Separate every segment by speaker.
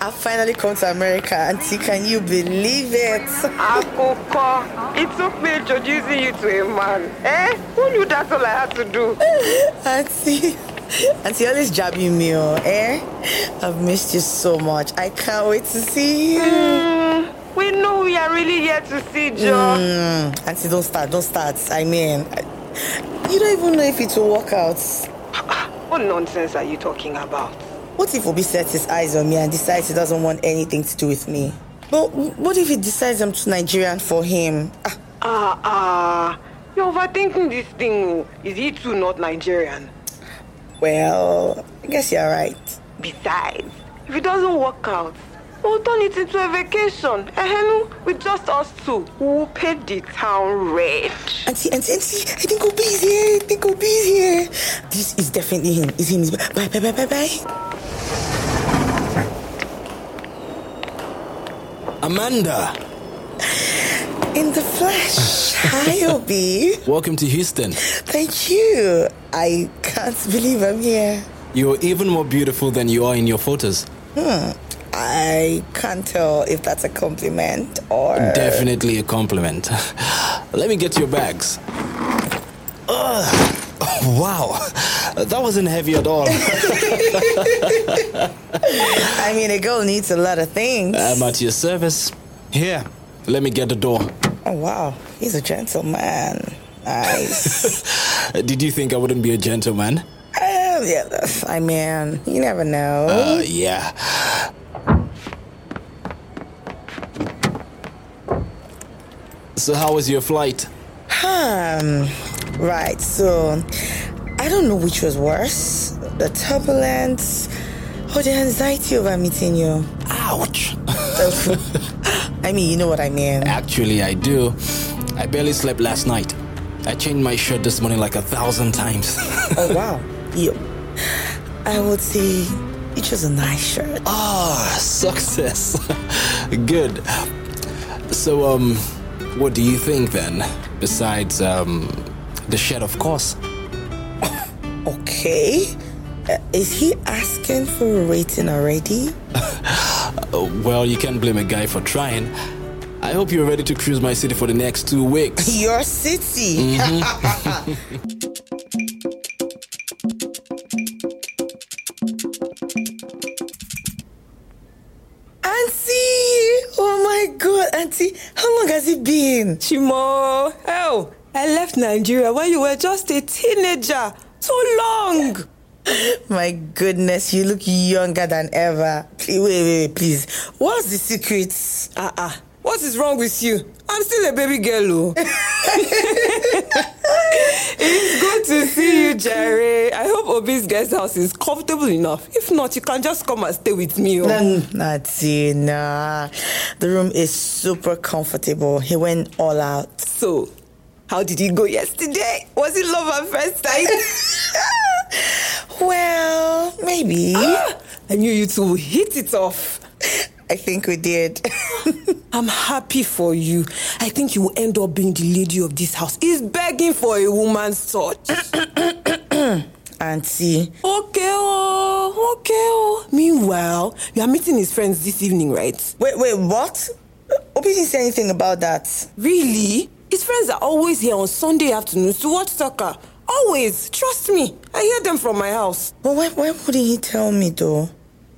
Speaker 1: I finally come to America. Auntie, can you believe it?
Speaker 2: Akoko, it took me introducing you to a man. Eh? Who knew that's all I had to do?
Speaker 1: Auntie. Auntie always jabbing me, oh, eh? I've missed you so much. I can't wait to see you.
Speaker 2: Mm, we know we are really here to see Joe.
Speaker 1: Mm, auntie, don't start, don't start. I mean, I, you don't even know if it will work out.
Speaker 2: What nonsense are you talking about?
Speaker 1: What if Obi sets his eyes on me and decides he doesn't want anything to do with me? But what if he decides I'm too Nigerian for him? Ah,
Speaker 2: Ah, ah. You're overthinking this thing. oh. Is he too not Nigerian?
Speaker 1: well, I guess you're right.
Speaker 2: Besides, if it doesn't work out, we'll turn it into a vacation. Ehenu, with just us two, we'll pay the town rent.
Speaker 1: Auntie, auntie, auntie, I think Obi is here. I think Obi is here. This is definitely him. It's him. It's- Bye, bye, bye, bye, bye.
Speaker 3: Amanda,
Speaker 1: In the flesh. Hi, Obi.
Speaker 3: welcome to Houston.
Speaker 1: Thank you. I can't believe I'm here.
Speaker 3: You're even more beautiful than you are in your photos.
Speaker 1: I can't tell if that's a compliment or.
Speaker 3: Definitely a compliment. Let me get your bags. Ugh. Wow, that wasn't heavy at all.
Speaker 1: I mean, a girl needs a lot of things.
Speaker 3: I'm at your service. Here, let me get the door.
Speaker 1: oh, wow. He's a gentleman. Nice.
Speaker 3: Did you think I wouldn't be a gentleman?
Speaker 1: um, yeah, that's- I mean, you never know.
Speaker 3: Uh, yeah. So, how was your flight?
Speaker 1: Um, right, so I don't know which was worse the turbulence or the anxiety over meeting you.
Speaker 3: Ouch!
Speaker 1: I mean, you know what I mean.
Speaker 3: Actually, I do. I barely slept last night. I changed my shirt this morning like a thousand times.
Speaker 1: Oh, wow. You. I would say it was a nice shirt.
Speaker 3: Ah, success. Good. So, um, what do you think then? Besides, um, the shirt, of course.
Speaker 1: Okay. Uh, is he asking for a rating already?
Speaker 3: Uh, well, you can't blame a guy for trying. I hope you're ready to cruise my city for the next two weeks.
Speaker 1: Your city. Auntie! Oh my god, Auntie, how long has it been?
Speaker 4: Chimo, hell, I left Nigeria when you were just a teenager. So long.
Speaker 1: My goodness, you look younger than ever. Please, wait, wait, wait, please. What's the secret?
Speaker 4: Ah ah. What is wrong with you? I'm still a baby girl. oh. it's good to see you, Jerry. I hope Obi's guest house is comfortable enough. If not, you can just come and stay with me. Oh.
Speaker 1: Auntie, nah. The room is super comfortable. He went all out.
Speaker 4: So, how did it go yesterday? Was it love at first sight?
Speaker 1: Well, maybe.
Speaker 4: Ah, I knew you two would hit it off.
Speaker 1: I think we did.
Speaker 4: I'm happy for you. I think you will end up being the lady of this house. Is begging for a woman's touch.
Speaker 1: Auntie,
Speaker 4: okay, oh, okay, oh. Meanwhile, you are meeting his friends this evening, right?
Speaker 1: wait, wait, what? Obi didn't say anything about that.
Speaker 4: Really? His friends are always here on Sunday afternoons to watch soccer. Always. Trust me. I hear them from my house.
Speaker 1: But why, why wouldn't he tell me though?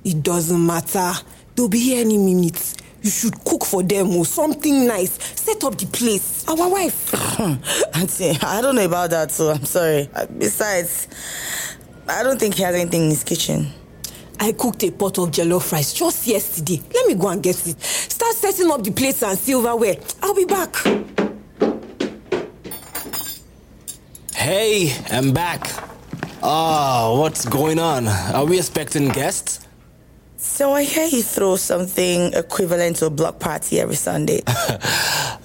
Speaker 4: It doesn't matter. They'll be here any minute. You should cook for them or something nice. Set up the place. Our wife.
Speaker 1: Hmm. Auntie, I don't know about that, so I'm sorry. Uh, Besides, I don't think he has anything in his kitchen.
Speaker 4: I cooked a pot of jollof rice just yesterday. Let me go and get it. Start setting up the plates and silverware. I'll be back.
Speaker 3: Hey, I'm back. Ah, what's going on? Are we expecting guests?
Speaker 1: So I hear he throws something equivalent to a block party every Sunday.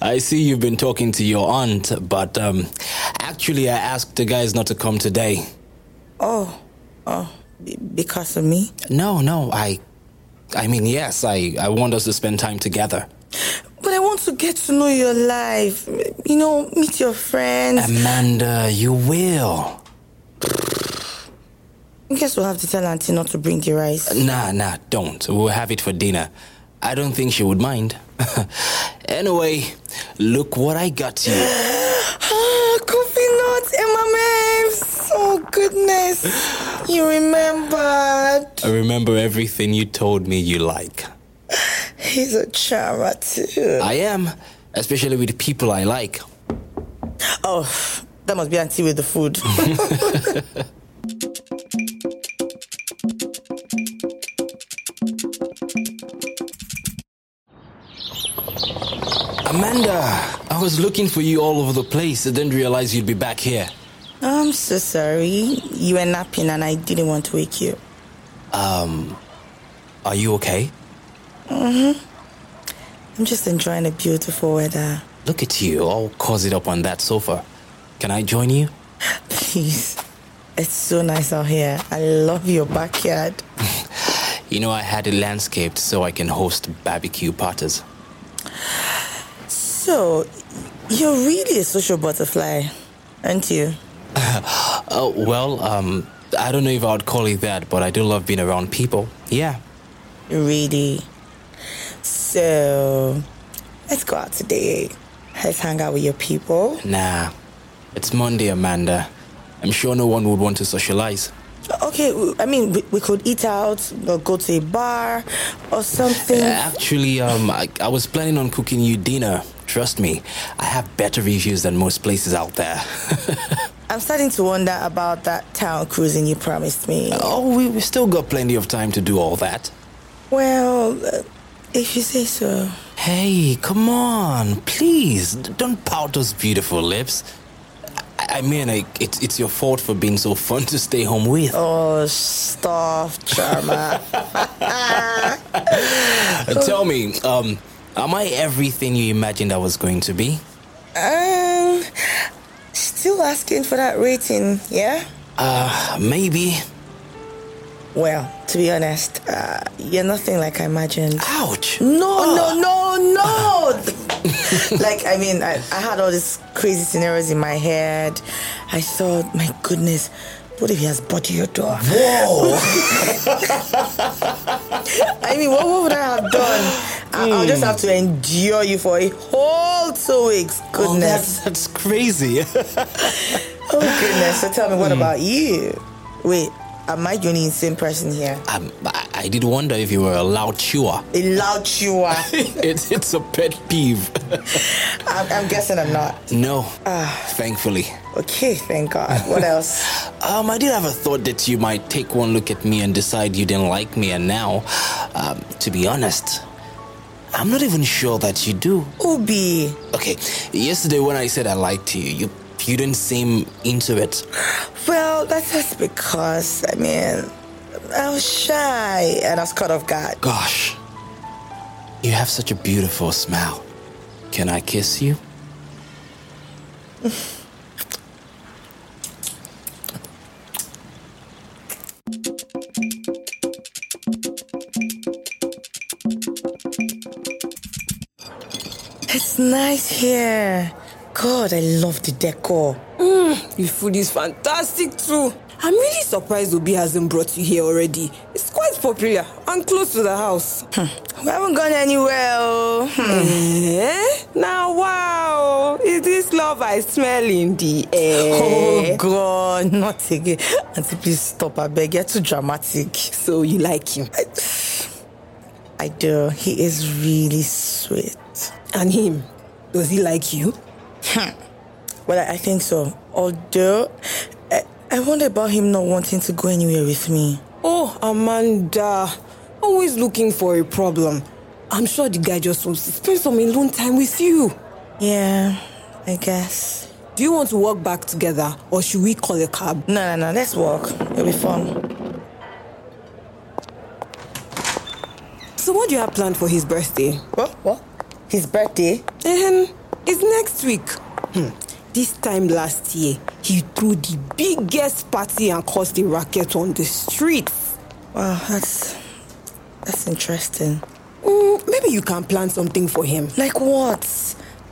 Speaker 3: I see you've been talking to your aunt, but um, actually, I asked the guys not to come today.
Speaker 1: oh, oh, be- because of me?
Speaker 3: No, no, I. I mean, yes, I, I want us to spend time together.
Speaker 1: But I want to get to know your life. You know, meet
Speaker 3: Um,
Speaker 1: your friends.
Speaker 3: Amanda, you will.
Speaker 1: I guess we'll have to tell Auntie not to bring the rice.
Speaker 3: Nah, nah, don't. We'll have it for dinner. I don't think she would mind. anyway, look what I got you.
Speaker 1: Ah, coffee nuts, M&M's. Oh, goodness. You remembered.
Speaker 3: I remember everything you told me you like.
Speaker 1: He's a charmer, too.
Speaker 3: I am, especially with people I like.
Speaker 1: Oh, that must be Auntie with the food.
Speaker 3: Amanda, I was looking for you all over the place. I didn't realize you'd be back here.
Speaker 1: I'm so sorry. You were napping and I didn't want to wake you.
Speaker 3: Are you okay?
Speaker 1: I'm just enjoying the beautiful weather.
Speaker 3: Look at you, all cozied up on that sofa. Can I join you?
Speaker 1: Please. It's so nice out here. I love your backyard.
Speaker 3: You know, I had it landscaped so I can host barbecue parties.
Speaker 1: So, you're really a social butterfly, aren't you?
Speaker 3: Oh, well, um, I don't know if I would call it that, but I do love being around people. Yeah.
Speaker 1: Really. So, let's go out today. Let's hang out with your people.
Speaker 3: Nah. It's Monday, Amanda. I'm sure no one would want to socialize.
Speaker 1: Okay, w- I mean, we, we could eat out or go to a bar or something.
Speaker 3: Actually, um, I, I was planning on cooking you dinner. Trust me, I have better reviews than most places out there.
Speaker 1: I'm starting to wonder about that town cruising you promised me.
Speaker 3: oh, we, we still got plenty of time to do all that.
Speaker 1: Well, uh, if you say so.
Speaker 3: Hey, come on, please. d- Don't pout those beautiful lips. I, I mean, I, it's it's your fault for being so fun to stay home with.
Speaker 1: Oh, stuff, Charma.
Speaker 3: Uh, Tell me, um, am I everything you imagined I was going to be?
Speaker 1: um, still asking for that rating, yeah?
Speaker 3: Uh, maybe.
Speaker 1: Well, to be honest, uh, you're nothing like I imagined.
Speaker 3: Ouch. Ah.
Speaker 1: No, no, no, no! like, I mean, I, I had all these crazy scenarios in my head. I thought, my goodness, what if he has bought your door?
Speaker 3: Whoa.
Speaker 1: I mean, what, what would I have done? I, I'll just have to endure you for a whole two weeks.
Speaker 3: Hmm. Oh,
Speaker 1: Goodness.
Speaker 3: that's, that's crazy.
Speaker 1: Oh, goodness. So tell me, what about you? Wait, am I the only insane person here?
Speaker 3: um, I, I did wonder if you were a loud chewer.
Speaker 1: A loud chewer.
Speaker 3: It's it's a pet peeve.
Speaker 1: I'm, I'm guessing I'm not.
Speaker 3: no, thankfully.
Speaker 1: Okay, thank God. What else?
Speaker 3: Um, I did have a thought that you might take one look at me and decide you didn't like me, and now, um, to be honest, I'm not even sure that you do.
Speaker 1: Ubi.
Speaker 3: Okay, yesterday when I said I liked you, you you didn't seem into it.
Speaker 1: Well, that's just because, I mean, I was shy and I was caught off guard.
Speaker 3: Gosh, you have such a beautiful smile. Can I kiss you?
Speaker 1: It's nice here. God, I love the decor.
Speaker 4: The food is fantastic too. I'm really surprised Obi hasn't brought you here already. It's quite popular and close to the house.
Speaker 1: We haven't gone anywhere. oh. Hmm.
Speaker 4: Eh? Now, wow, is this love I smell in the air?
Speaker 1: Oh God, not again. Auntie, please stop. I beg. You're too dramatic.
Speaker 4: So you like him,
Speaker 1: I do. He is really sweet.
Speaker 4: and him? Does he like you?
Speaker 1: Well, I I think so. Although, I, I wonder about him not wanting to go anywhere with me.
Speaker 4: Oh, Amanda, always looking for a problem. I'm sure the guy just wants to spend some alone time with you.
Speaker 1: Yeah, I guess.
Speaker 4: Do you want to walk back together, or should we call a cab?
Speaker 1: No, no, no. Let's walk. It'll be fun.
Speaker 4: So, what do you have planned for his birthday?
Speaker 1: What? What? His birthday?
Speaker 4: Um, it's next week. Hmm. This time last year, he threw the biggest party and caused a racket on the streets.
Speaker 1: Wow, that's that's interesting.
Speaker 4: Mm, maybe you can plan something for him.
Speaker 1: Like what?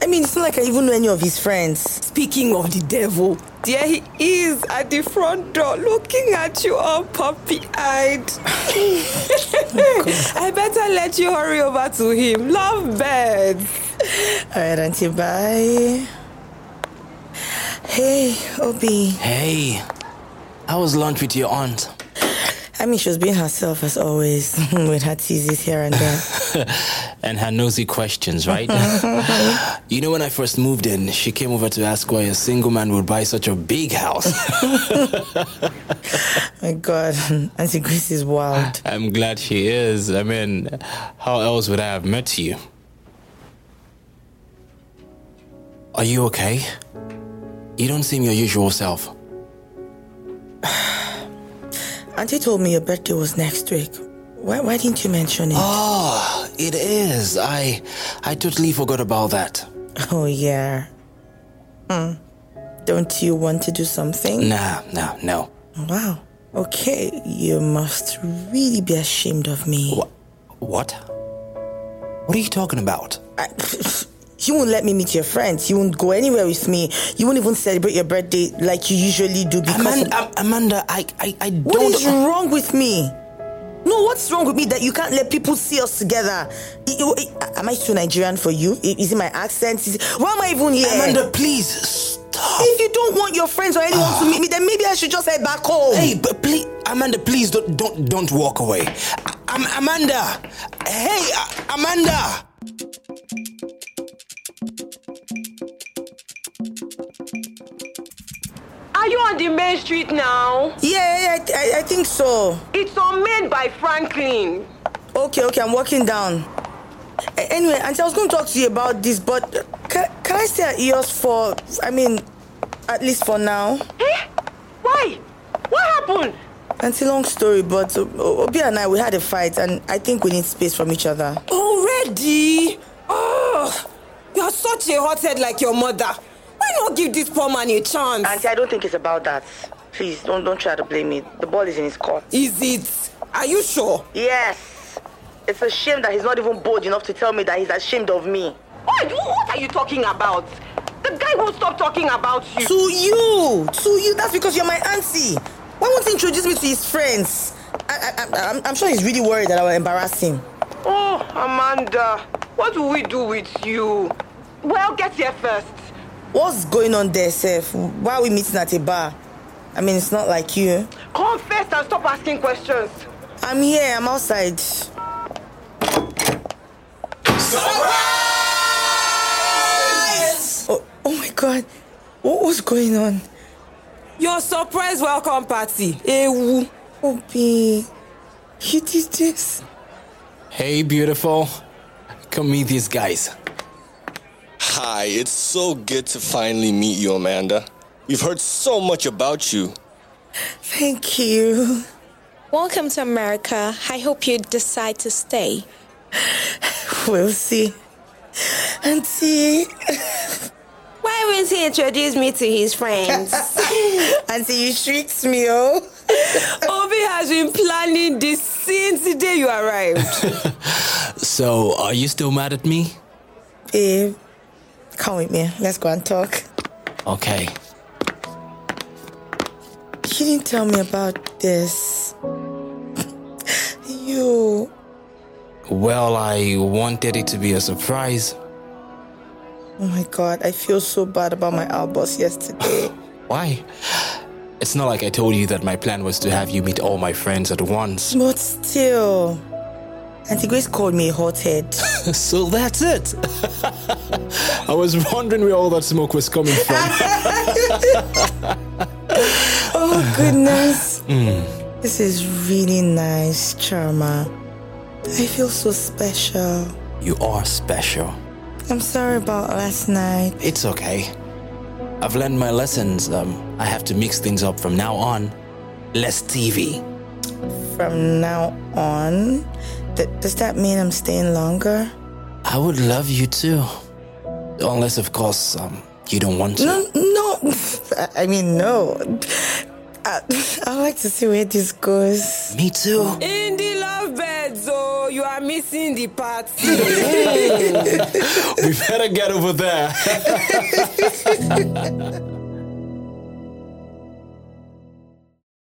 Speaker 1: I mean, it's not like I even know any of his friends.
Speaker 4: Speaking of the devil, there he is at the front door looking at you all puppy eyed. I better let you hurry over to him. Love birds.
Speaker 1: All right, Auntie, bye. Hey, Obi.
Speaker 3: Hey, how was lunch with your aunt?
Speaker 1: I mean, she was being herself as always, with her teases here and there.
Speaker 3: and her nosy questions, right? you know, when I first moved in, she came over to ask why a single man would buy such a big house.
Speaker 1: My God, Auntie Grace is wild.
Speaker 3: I'm glad she is. I mean, how else would I have met you? Are you okay? You don't seem your usual self.
Speaker 1: Auntie told me your birthday was next week. Why, why didn't you mention it? Oh.
Speaker 3: It is. I I totally forgot about that.
Speaker 1: Oh, yeah. Hmm. Don't you want to do something?
Speaker 3: Nah, nah, no.
Speaker 1: Wow. Okay, you must really be ashamed of me.
Speaker 3: Wha- What? What are you talking about?
Speaker 1: I, you won't let me meet your friends. You won't go anywhere with me. You won't even celebrate your birthday like you usually do because.
Speaker 3: Amanda, Am- Amanda I, I, I uh, don't.
Speaker 1: What is wrong with me? No, what's wrong with me that you can't let people see us together? I- I- I- Am I too Nigerian for you? I- Is it my accent? Is it, why am I even here?
Speaker 3: Amanda, please stop.
Speaker 1: if you don't want your friends or anyone to meet me, then maybe I should just head back home.
Speaker 3: Hey, but please, Amanda, please don't don't don't walk away. Am- Amanda, hey, A- Amanda.
Speaker 2: Are you on the main street now?
Speaker 1: Yeah, yeah, I, I, I think so.
Speaker 2: It's on Main by Franklin.
Speaker 1: Okay, okay, I'm walking down. A- Anyway, Auntie, I was going to talk to you about this, but uh, can, can I stay at yours for, I mean, at least for now?
Speaker 2: Eh? Why? What happened?
Speaker 1: Auntie, long story, but uh, Obi and I, we had a fight, and I think we need space from each other.
Speaker 4: Already? Oh, you're such a hothead like your mother. Why not give this poor man a chance?
Speaker 1: Auntie, I don't think it's about that. Please, don't don't try to blame me. The ball is in his court.
Speaker 4: Is it? Are you sure?
Speaker 1: Yes. It's a shame that he's not even bold enough to tell me that he's ashamed of me.
Speaker 2: Why? What are you talking about? The guy won't stop talking about you.
Speaker 1: To you! To you! That's because you're my auntie! Why won't he introduce me to his friends? I, I, I, I'm, I'm sure he's really worried that I will embarrass him.
Speaker 2: Oh, Amanda, what do we do with you? Well, get here first.
Speaker 1: What's going on there, Seth? Why are we meeting at a bar? I mean, it's not like you.
Speaker 2: Come first and stop asking questions.
Speaker 1: I'm here, I'm outside. Oh, oh my god. What was going on?
Speaker 4: Your surprise welcome party. Ewu.
Speaker 1: Obi, you did this?
Speaker 3: Hey, beautiful. Come meet these guys.
Speaker 5: Hi, it's so good to finally meet you, Amanda. We've heard so much about you.
Speaker 1: Thank you.
Speaker 6: Welcome to America. I hope you decide to stay.
Speaker 1: We'll see. Auntie,
Speaker 4: Why won't he introduce me to his friends?
Speaker 1: Auntie, you tricked me, oh.
Speaker 4: Obi has been planning this since the day you arrived.
Speaker 3: So, are you still mad at me?
Speaker 1: Babe, come with me. Let's go and talk.
Speaker 3: Okay.
Speaker 1: You didn't tell me about this. you.
Speaker 3: Well, I wanted it to be a surprise.
Speaker 1: Oh my god, I feel so bad about my outburst yesterday.
Speaker 3: Why? It's not like I told you that my plan was to have you meet all my friends at once.
Speaker 1: but still, Auntie Grace called me a hothead.
Speaker 3: So that's it. I was wondering where all that smoke was coming from.
Speaker 1: Oh goodness. This is really nice, Charma. I feel so special.
Speaker 3: you are special.
Speaker 1: I'm sorry about last night.
Speaker 3: It's okay. I've learned my lessons. Um, I have to mix things up from now on. Less TV.
Speaker 1: From now on, th- does that mean I'm staying longer?
Speaker 3: I would love you too. Unless, of course, um, you don't want to.
Speaker 1: No, no. I- I mean, no. I, I'd like to see where this goes.
Speaker 3: Me too.
Speaker 4: In the lovebirds, oh, you are are missing the party.
Speaker 3: we better get over there.